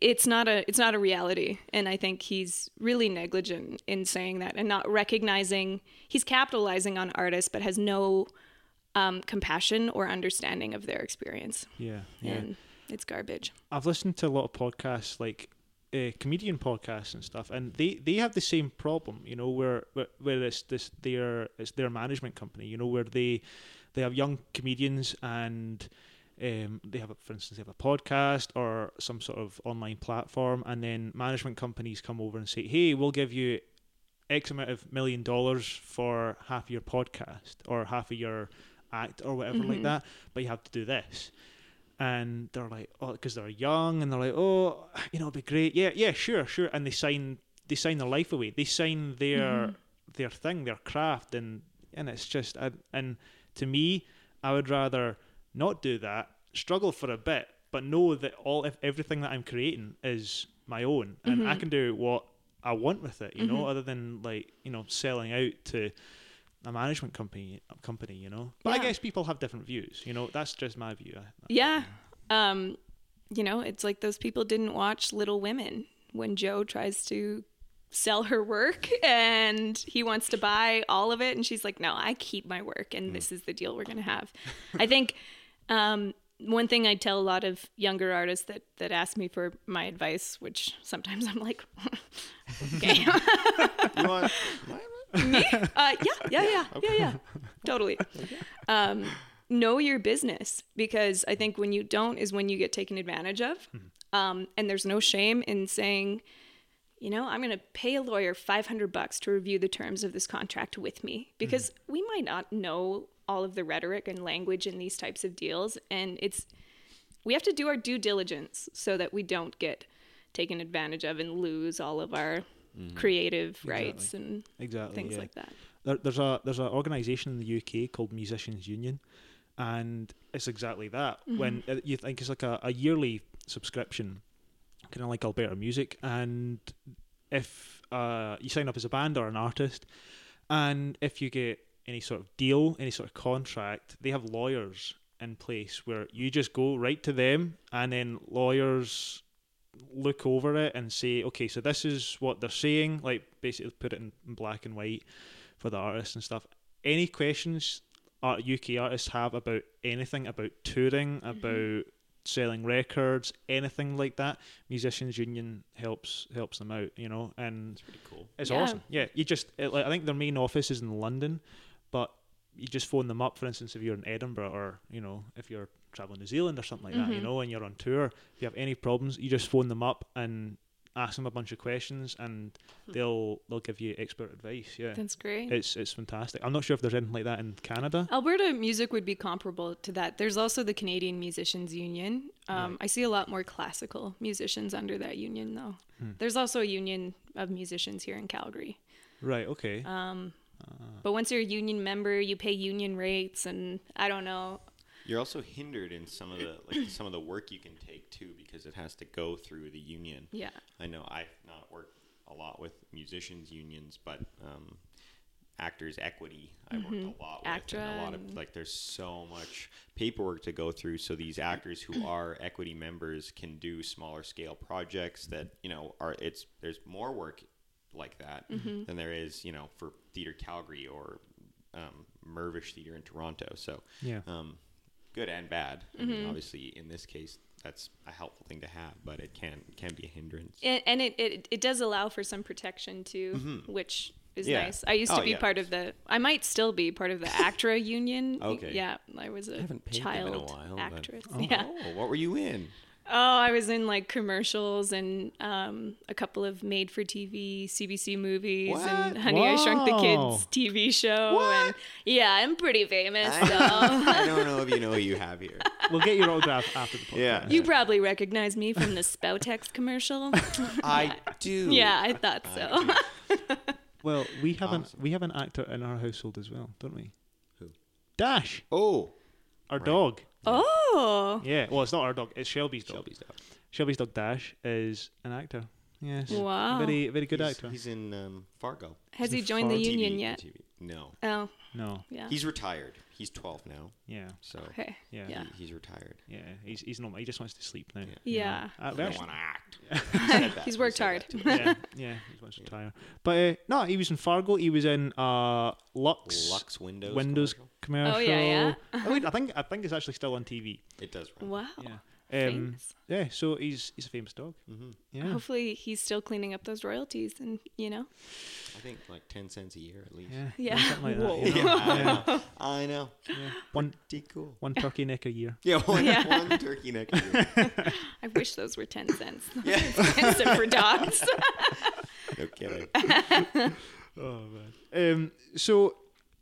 Speaker 3: it's not a it's not a reality, and I think he's really negligent in saying that and not recognizing he's capitalizing on artists, but has no um, compassion or understanding of their experience,
Speaker 1: yeah yeah.
Speaker 3: and it's garbage.
Speaker 1: I've listened to a lot of podcasts, like uh, comedian podcasts and stuff, and they, they have the same problem, you know, where, where where it's this their it's their management company, you know, where they they have young comedians and um, they have, a, for instance, they have a podcast or some sort of online platform, and then management companies come over and say, hey, we'll give you X amount of million dollars for half of your podcast or half of your act or whatever like that, but you have to do this. And they're like, oh, because they're young, and they're like, oh, you know, it'd be great. Yeah, yeah, sure, sure. And they sign, they sign their life away. They sign their their thing, their craft, and and it's just, I, and to me, I would rather not do that, struggle for a bit, but know that all if everything that I'm creating is my own, and
Speaker 3: Mm-hmm.
Speaker 1: I can do what I want with it, you know, other than like you know selling out to a management company, company, you know. But I
Speaker 3: Yeah.
Speaker 1: guess people have different views, you know. That's just my view. I-
Speaker 3: Yeah. Um, you know, it's like those people didn't watch Little Women when Joe tries to sell her work and he wants to buy all of it and she's like, "No, I keep my work and this is the deal we're going to have." I think um one thing I tell a lot of younger artists that that ask me for my advice, which sometimes I'm like, "Okay."
Speaker 2: You want?
Speaker 3: uh, yeah, yeah, yeah, yeah, yeah, totally. Um, know your business because I think when you don't is when you get taken advantage of. Um, and there's no shame in saying, you know, I'm going to pay a lawyer 500 bucks to review the terms of this contract with me because we might not know all of the rhetoric and language in these types of deals. And it's, we have to do our due diligence so that we don't get taken advantage of and lose all of our creative rights and
Speaker 1: Exactly.
Speaker 3: things
Speaker 1: yeah.
Speaker 3: Mm-hmm. like that.
Speaker 1: there, there's a there's an organisation in the UK called Musicians Union, and it's exactly that. When uh, you think it's like a, a yearly subscription, kind of like Alberta Music, and if uh, you sign up as a band or an artist, and if you get any sort of deal, any sort of contract, they have lawyers in place where you just go right to them, and then lawyers look over it and say, okay, so this is what they're saying, like basically put it in in black and white for the artists and stuff. Any questions art UK artists have about anything about touring, about selling records, anything like that, Musicians Union helps helps them out, you know, and
Speaker 2: Pretty cool.
Speaker 1: it's
Speaker 3: Yeah.
Speaker 1: awesome. Yeah, you just it, like I think their main office is in London, but you just phone them up. For instance, if you're in Edinburgh or you know if you're traveling New Zealand or something like that, you know, and you're on tour, if you have any problems, you just phone them up and ask them a bunch of questions, and they'll they'll give you expert advice. Yeah,
Speaker 3: That's great.
Speaker 1: it's it's fantastic. I'm not sure if there's anything like that in Canada.
Speaker 3: Alberta music would be comparable to that. There's also the Canadian Musicians Union. Um, I see a lot more classical musicians under that union, though.
Speaker 2: Hmm.
Speaker 3: There's also a union of musicians here in Calgary.
Speaker 1: Right. Okay.
Speaker 3: uh, But once you're a union member, you pay union rates, and I don't know.
Speaker 2: You're also hindered in some of the like some of the work you can take too because it has to go through the union.
Speaker 3: Yeah.
Speaker 2: I know I've not worked a lot with musicians unions, but um, actors equity I worked a lot with, and a lot
Speaker 3: ACTRA
Speaker 2: of like there's so much paperwork to go through. So these actors who are equity members can do smaller scale projects that you know are it's there's more work like that than there is you know for theater Calgary or um, Mervish Theater in Toronto. So
Speaker 1: Yeah.
Speaker 2: um, good and bad. I
Speaker 3: Mm-hmm.
Speaker 2: mean, obviously in this case. That's a helpful thing to have, but it can can be a hindrance.
Speaker 3: And, and it, it, it does allow for some protection, too, which is
Speaker 2: Mm-hmm. Yeah.
Speaker 3: nice. I used to
Speaker 2: Oh,
Speaker 3: be
Speaker 2: yeah.
Speaker 3: part of the, I might still be part of the ACTRA union.
Speaker 2: Okay.
Speaker 3: Yeah. I was a
Speaker 2: haven't paid them in a
Speaker 3: child
Speaker 2: while, but-
Speaker 3: actress. Yeah.
Speaker 2: Oh, what were you in?
Speaker 3: Oh, I was in like commercials and um, a couple of made for TV CBC movies and
Speaker 2: What?
Speaker 3: Honey I Shrunk the
Speaker 1: Wow.
Speaker 3: Kids TV show. And
Speaker 2: What?
Speaker 3: yeah, I'm pretty famous. So.
Speaker 2: I don't know if you know who you have here.
Speaker 1: we'll get your autograph after the podcast.
Speaker 2: Yeah.
Speaker 3: You probably recognize me from the Spoutex commercial.
Speaker 2: I do.
Speaker 3: yeah, I thought so.
Speaker 1: Well, we have an we have an actor in our household as well, don't we?
Speaker 2: Who?
Speaker 1: Dash,
Speaker 2: Oh,
Speaker 1: our dog.
Speaker 3: oh,
Speaker 1: Yeah. Well, it's not our dog. It's Shelby's dog.
Speaker 2: Shelby's dog.
Speaker 1: Shelby's dog Dash is an actor. Yes.
Speaker 3: Wow.
Speaker 1: Very very good
Speaker 2: he's,
Speaker 1: actor.
Speaker 2: He's in um, Fargo.
Speaker 3: has he
Speaker 1: He's a
Speaker 3: joined the
Speaker 1: farm
Speaker 3: union
Speaker 2: TV,
Speaker 3: yet?
Speaker 2: TV. No.
Speaker 3: Oh,
Speaker 1: no.
Speaker 3: yeah.
Speaker 2: He's retired. He's 12 now,
Speaker 1: Yeah.
Speaker 2: so
Speaker 3: okay.
Speaker 1: Yeah.
Speaker 3: Yeah.
Speaker 2: he- he's retired.
Speaker 1: Yeah. He's he's normal. He just wants to sleep now.
Speaker 2: Yeah.
Speaker 3: Yeah.
Speaker 1: Uh,
Speaker 2: I
Speaker 1: very-
Speaker 2: don't want to act. He said that.
Speaker 3: He's
Speaker 2: He
Speaker 3: worked
Speaker 2: said
Speaker 3: hard.
Speaker 2: that to me.
Speaker 1: yeah, yeah, he wants to retire. But uh, no, he was in Fargo. He was in uh, Lux,
Speaker 2: Lux Windows.
Speaker 1: Windows
Speaker 2: commercial.
Speaker 1: commercial.
Speaker 3: Oh, yeah, yeah.
Speaker 1: I, mean, I think I think it's actually still on TV.
Speaker 2: It does run.
Speaker 3: Wow.
Speaker 1: Yeah, um,
Speaker 3: Oh, Famous. Oh,
Speaker 1: yeah. So he's he's a famous dog.
Speaker 2: Mhm.
Speaker 1: Yeah,
Speaker 3: Hopefully, he's still cleaning up those royalties, and you know.
Speaker 2: I think like 10 cents a year at least.
Speaker 1: yeah,
Speaker 3: Yeah.
Speaker 1: something like that,
Speaker 3: Whoa.
Speaker 1: you know?
Speaker 2: I know. I know.
Speaker 1: Yeah. One
Speaker 2: Pretty cool.
Speaker 1: one turkey neck a year.
Speaker 2: Yeah, one,
Speaker 3: Yeah.
Speaker 2: one turkey neck. a year.
Speaker 3: I wish those were ten cents.
Speaker 2: Yeah.
Speaker 3: expensive for dogs.
Speaker 2: No kidding.
Speaker 1: Oh man. Um, so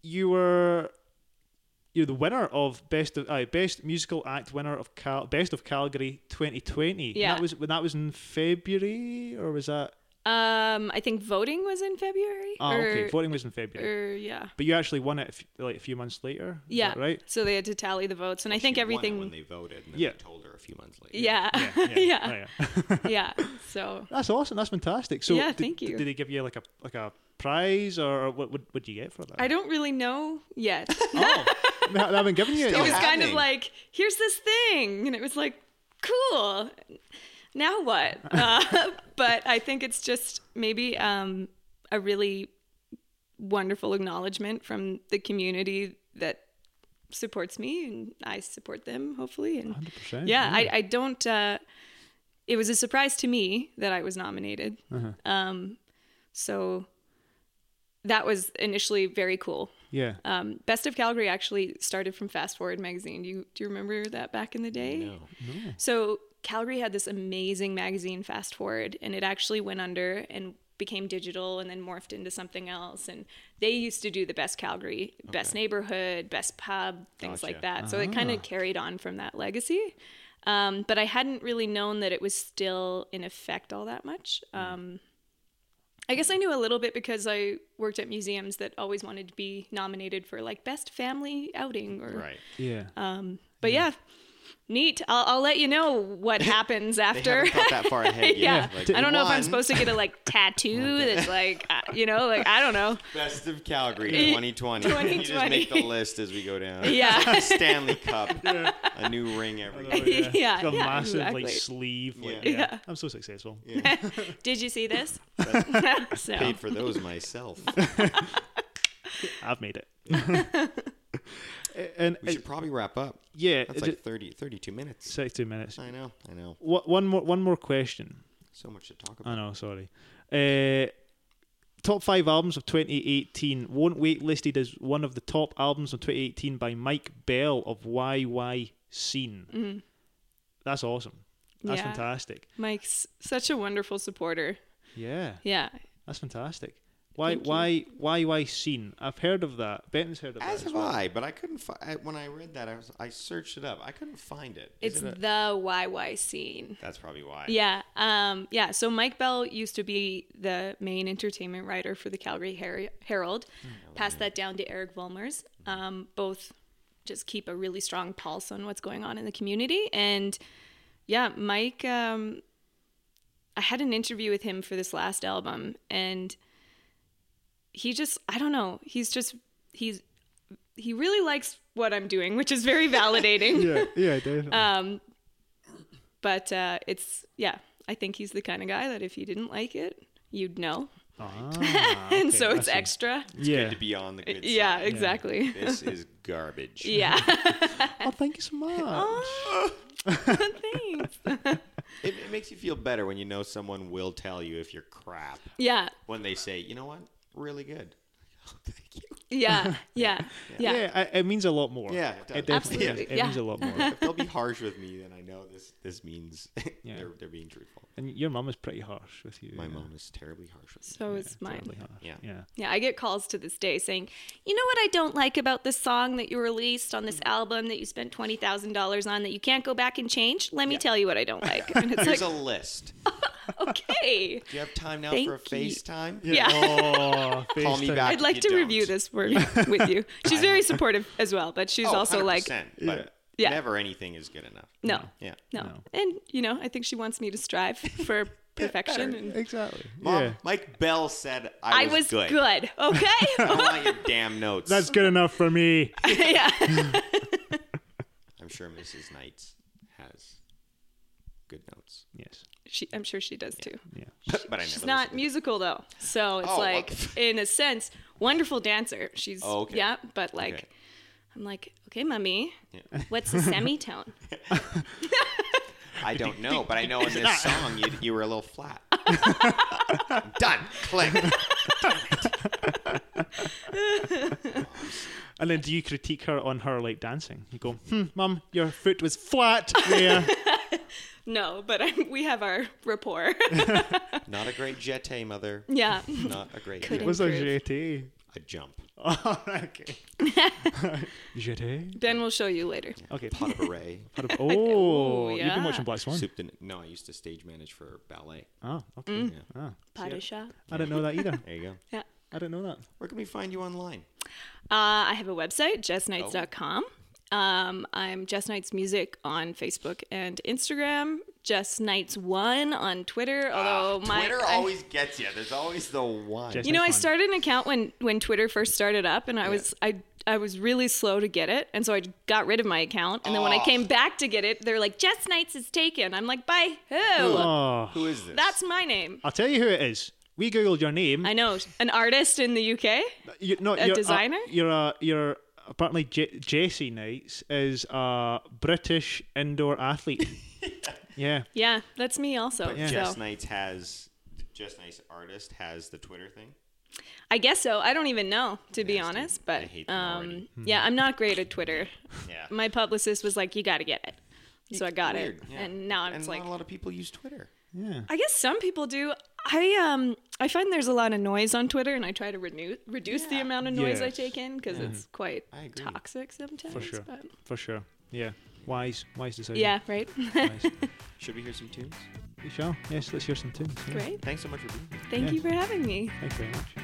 Speaker 1: you were you're the winner of best of uh, best musical act winner of Cal- best of Calgary 2020. And
Speaker 3: Yeah.
Speaker 1: that was when that was in February or was that?
Speaker 3: um, I think voting was in February.
Speaker 1: Ah,
Speaker 3: or,
Speaker 1: okay. Voting was in February.
Speaker 3: Or yeah,
Speaker 1: But you actually won it a f- like a few months later. Is
Speaker 3: yeah.
Speaker 1: that right.
Speaker 3: So they had to tally the votes, and I think
Speaker 2: She won it
Speaker 3: everything.
Speaker 2: when they voted, and then
Speaker 1: Yeah.
Speaker 2: they told her a few months later.
Speaker 3: yeah, yeah, yeah.
Speaker 1: yeah. Oh, yeah.
Speaker 3: So
Speaker 1: That's awesome. That's fantastic. So
Speaker 3: Yeah,
Speaker 1: did,
Speaker 3: thank you.
Speaker 1: Did they give you like a like a prize or what? What would you get for that?
Speaker 3: I don't really know yet. it
Speaker 1: oh, they ha- they haven't given you. it
Speaker 2: Still
Speaker 1: yet.
Speaker 3: was kind of
Speaker 2: happening.
Speaker 3: like, here's this thing, and it was like, cool. Now what? Uh, but I think it's just maybe um, a really wonderful acknowledgement from the community that supports me and I support them hopefully and
Speaker 1: 100%,
Speaker 3: yeah, I, I don't. Uh, it was a surprise to me that I was nominated. Um, so that was initially very cool.
Speaker 1: yeah.
Speaker 3: Um, Best of Calgary actually started from Fast Forward magazine. Do you do you remember that back in the day?
Speaker 2: No.
Speaker 3: So Calgary had this amazing magazine, Fast Forward, and it actually went under and became digital and then morphed into something else. And they used to do the best Calgary, best neighborhood, best pub, things
Speaker 2: Gotcha. Ah.
Speaker 3: like that. So it kind of carried on from that legacy. Um, but I hadn't really known that it was still in effect all that much.
Speaker 2: Hmm.
Speaker 3: Um, I guess I knew a little bit because I worked at museums that always wanted to be nominated for like best family outing or
Speaker 2: Right.
Speaker 1: Yeah.
Speaker 3: um, but yeah. neat. I'll, I'll let you know what happens
Speaker 2: They
Speaker 3: after.
Speaker 2: haven't thought that far ahead yet.
Speaker 3: yeah.
Speaker 2: Like,
Speaker 3: I don't know if I'm
Speaker 2: one,
Speaker 3: supposed to get a like tattoo that's like, uh, you know, like I don't know.
Speaker 2: Best of Calgary 2020. You just make the
Speaker 3: 2020.
Speaker 2: list as we go down.
Speaker 3: Yeah.
Speaker 2: Stanley Cup. A new ring every year.
Speaker 1: yeah,
Speaker 3: Yeah,
Speaker 1: It's got a
Speaker 3: yeah,
Speaker 1: massive
Speaker 3: exactly.
Speaker 1: like sleeve. Like,
Speaker 2: Yeah.
Speaker 1: yeah.
Speaker 3: Yeah.
Speaker 1: I'm so successful.
Speaker 3: Did you see this? so
Speaker 2: Paid for those myself.
Speaker 1: I've made it. and uh,
Speaker 2: We should probably wrap up.
Speaker 1: yeah,
Speaker 2: That's like 30, 32 minutes.
Speaker 1: 62 minutes.
Speaker 2: I know. I know.
Speaker 1: Wha- One more, one more question.
Speaker 2: So much to talk
Speaker 1: I
Speaker 2: about.
Speaker 1: know, sorry. Uh, top five albums of 2018. Won't Wait listed as one of the top albums of 2018 by Mike Bell of YY Scene. That's awesome. That's
Speaker 3: Mm-hmm. Yeah.
Speaker 1: fantastic.
Speaker 3: Mike's such a wonderful supporter.
Speaker 1: Yeah,
Speaker 3: Yeah.
Speaker 1: that's fantastic. Why, why, why, why scene? I've heard of that. Benton's heard of
Speaker 2: As
Speaker 1: that. As
Speaker 2: have
Speaker 1: well.
Speaker 2: I, but I couldn't find When I read that, I, was, I searched it up. I couldn't find it. Is
Speaker 3: It's
Speaker 2: it a-
Speaker 3: the YY scene.
Speaker 2: that's probably why.
Speaker 3: Yeah. Um, yeah. So Mike Bell used to be the main entertainment writer for the Calgary Her- Herald. Passed that down to Eric Vollmers. Um, both just keep a really strong pulse on what's going on in the community. And yeah, Mike, um, I had an interview with him for this last album, and he just, I don't know, he's just, he's, he really likes what I'm doing, which is very validating.
Speaker 1: Yeah, yeah, definitely.
Speaker 3: Um, but uh, it's yeah, I think he's the kind of guy that if you didn't like it, you'd know,
Speaker 1: ah, okay,
Speaker 3: and so
Speaker 1: I
Speaker 3: it's
Speaker 1: see.
Speaker 3: extra.
Speaker 1: yeah.
Speaker 2: To be on the good
Speaker 3: Yeah,
Speaker 2: side.
Speaker 3: exactly.
Speaker 2: This is garbage.
Speaker 3: Yeah,
Speaker 1: Oh, thank you so much.
Speaker 3: thanks.
Speaker 2: It, it makes you feel better when you know someone will tell you if you're crap.
Speaker 3: Yeah,
Speaker 2: When they say, you know what? Really good. Oh, thank you.
Speaker 3: yeah, yeah, yeah,
Speaker 1: yeah,
Speaker 3: yeah,
Speaker 1: I, it means a lot more.
Speaker 2: Yeah, it does.
Speaker 1: it definitely
Speaker 3: Absolutely,
Speaker 1: does. It
Speaker 3: yeah.
Speaker 1: means a lot more.
Speaker 2: If they'll be harsh with me, then I know this this means
Speaker 1: Yeah.
Speaker 2: they're, they're being truthful.
Speaker 1: And your mum is pretty harsh with you.
Speaker 2: My
Speaker 1: yeah.
Speaker 2: mom is terribly harsh with me.
Speaker 3: So is mine.
Speaker 1: Really harsh.
Speaker 2: Yeah.
Speaker 1: Yeah.
Speaker 3: Yeah, I get calls to this day saying, "You know what I don't like about this song that you released on this album that you spent twenty thousand dollars on that you can't go back and change? Let me tell you what I don't like." And it's
Speaker 2: Here's
Speaker 3: like,
Speaker 2: a list.
Speaker 3: okay,
Speaker 2: Do you have time now
Speaker 3: Thank
Speaker 2: for a
Speaker 3: you.
Speaker 2: FaceTime?
Speaker 3: yeah.
Speaker 1: Oh,
Speaker 2: Call me
Speaker 1: FaceTime.
Speaker 2: back.
Speaker 3: I'd like
Speaker 2: You
Speaker 3: to review
Speaker 2: don't.
Speaker 3: this word with you. She's very supportive as well, but she's
Speaker 2: Oh,
Speaker 3: also like,
Speaker 2: 100%, but
Speaker 3: Yeah.
Speaker 2: never anything is good enough.
Speaker 3: no,
Speaker 2: Yeah.
Speaker 3: no,
Speaker 1: No.
Speaker 3: And you know, I think she wants me to strive for perfection. And
Speaker 1: Exactly.
Speaker 2: Mom,
Speaker 1: yeah.
Speaker 2: Mike Bell said I
Speaker 3: I
Speaker 2: was, good.
Speaker 3: was good. Okay.
Speaker 2: I want your damn notes.
Speaker 1: That's good enough for me.
Speaker 3: yeah.
Speaker 2: I'm sure Mrs. Knights has good notes.
Speaker 1: yes.
Speaker 3: She, I'm sure she does too.
Speaker 1: Yeah.
Speaker 2: But, but I never
Speaker 3: She's
Speaker 2: listen to
Speaker 3: not
Speaker 2: them.
Speaker 3: musical though, so it's
Speaker 2: Oh,
Speaker 3: like,
Speaker 2: okay.
Speaker 3: in a sense, wonderful dancer. She's
Speaker 2: Oh, okay.
Speaker 3: yeah, but like,
Speaker 2: Okay.
Speaker 3: I'm like, okay, mummy,
Speaker 2: Yeah.
Speaker 3: what's a semitone?
Speaker 2: I don't know, but I know in this song you, you were a little flat. Done. Click.
Speaker 1: And then do you critique her on her like dancing? You go, hmm, mum, your foot was flat there.
Speaker 3: no, but i we have our rapport.
Speaker 2: Not a great jetée, mother.
Speaker 3: yeah.
Speaker 2: Not a great
Speaker 3: Couldn't.
Speaker 1: What's a
Speaker 3: Improved.
Speaker 1: jeté?
Speaker 2: a jump.
Speaker 1: Oh, okay. jeté?
Speaker 3: Ben will show you later.
Speaker 1: Okay.
Speaker 2: Pot of array.
Speaker 1: Out of- Oh,
Speaker 3: Ooh,
Speaker 1: you've been
Speaker 3: yeah.
Speaker 1: watching Black Swan.
Speaker 2: Soup to, no, I used to stage manage for ballet.
Speaker 1: Oh, okay.
Speaker 3: Mm.
Speaker 1: Ah,
Speaker 3: Padishah.
Speaker 1: I didn't know that either.
Speaker 2: There you go.
Speaker 3: Yeah.
Speaker 1: I didn't know that.
Speaker 2: Where can we find you online?
Speaker 3: Uh, I have a website,
Speaker 2: Oh.
Speaker 3: jessnights.com. Um, I'm Jess Knights Music on Facebook and Instagram. Jess Knights One on Twitter. Although Oh,
Speaker 2: Ah,
Speaker 3: my
Speaker 2: Twitter
Speaker 3: I-
Speaker 2: always gets you. There's always the one.
Speaker 1: Just-
Speaker 3: you know, I
Speaker 1: Knights One.
Speaker 3: started an account when when Twitter first started up, and I was I I was really slow to get it, and so I got rid of my account. And then when I
Speaker 2: Aw.
Speaker 3: came back to get it, they're like Jess Knights is taken. I'm like, by who?
Speaker 1: Oh,
Speaker 2: Who is this?
Speaker 3: That's my name.
Speaker 1: I'll tell you who it is. We googled your name.
Speaker 3: I know an artist in the UK.
Speaker 1: you, no,
Speaker 3: A
Speaker 1: you're uh,
Speaker 3: designer?
Speaker 1: you're a you're apparently J- Jesse Knights is a British indoor athlete. yeah.
Speaker 3: Yeah, that's me also.
Speaker 2: But Jess
Speaker 3: so.
Speaker 2: Knights has Jess Knights artist has the Twitter thing.
Speaker 3: I guess so. I don't even know, to be
Speaker 2: Nasty.
Speaker 3: honest. But
Speaker 2: I hate them
Speaker 3: um,
Speaker 2: already.
Speaker 1: Hmm.
Speaker 3: yeah, I'm not great at Twitter.
Speaker 2: Yeah.
Speaker 3: My publicist was like, "You got to get it," so I got
Speaker 2: Weird.
Speaker 3: it,
Speaker 2: Yeah.
Speaker 3: and now I'm
Speaker 2: and
Speaker 3: just like,
Speaker 2: not a lot of people use Twitter.
Speaker 3: I guess some people do. I um I find there's a lot of noise on Twitter, and I try to renew- reduce the amount of noise I
Speaker 1: Yes. Mm-hmm.
Speaker 3: take in because it's quite
Speaker 2: I agree.
Speaker 3: toxic sometimes.
Speaker 1: For sure.
Speaker 3: but-
Speaker 1: For sure. Yeah. Wise. Wise decision.
Speaker 3: yeah, right.
Speaker 1: Wise.
Speaker 2: Should we hear some tunes?
Speaker 1: we shall. Yes, let's hear some tunes. Yeah.
Speaker 3: Great.
Speaker 2: Thanks so much for being here.
Speaker 3: Thank
Speaker 1: Yeah.
Speaker 3: you for having me.
Speaker 1: Thank you very much.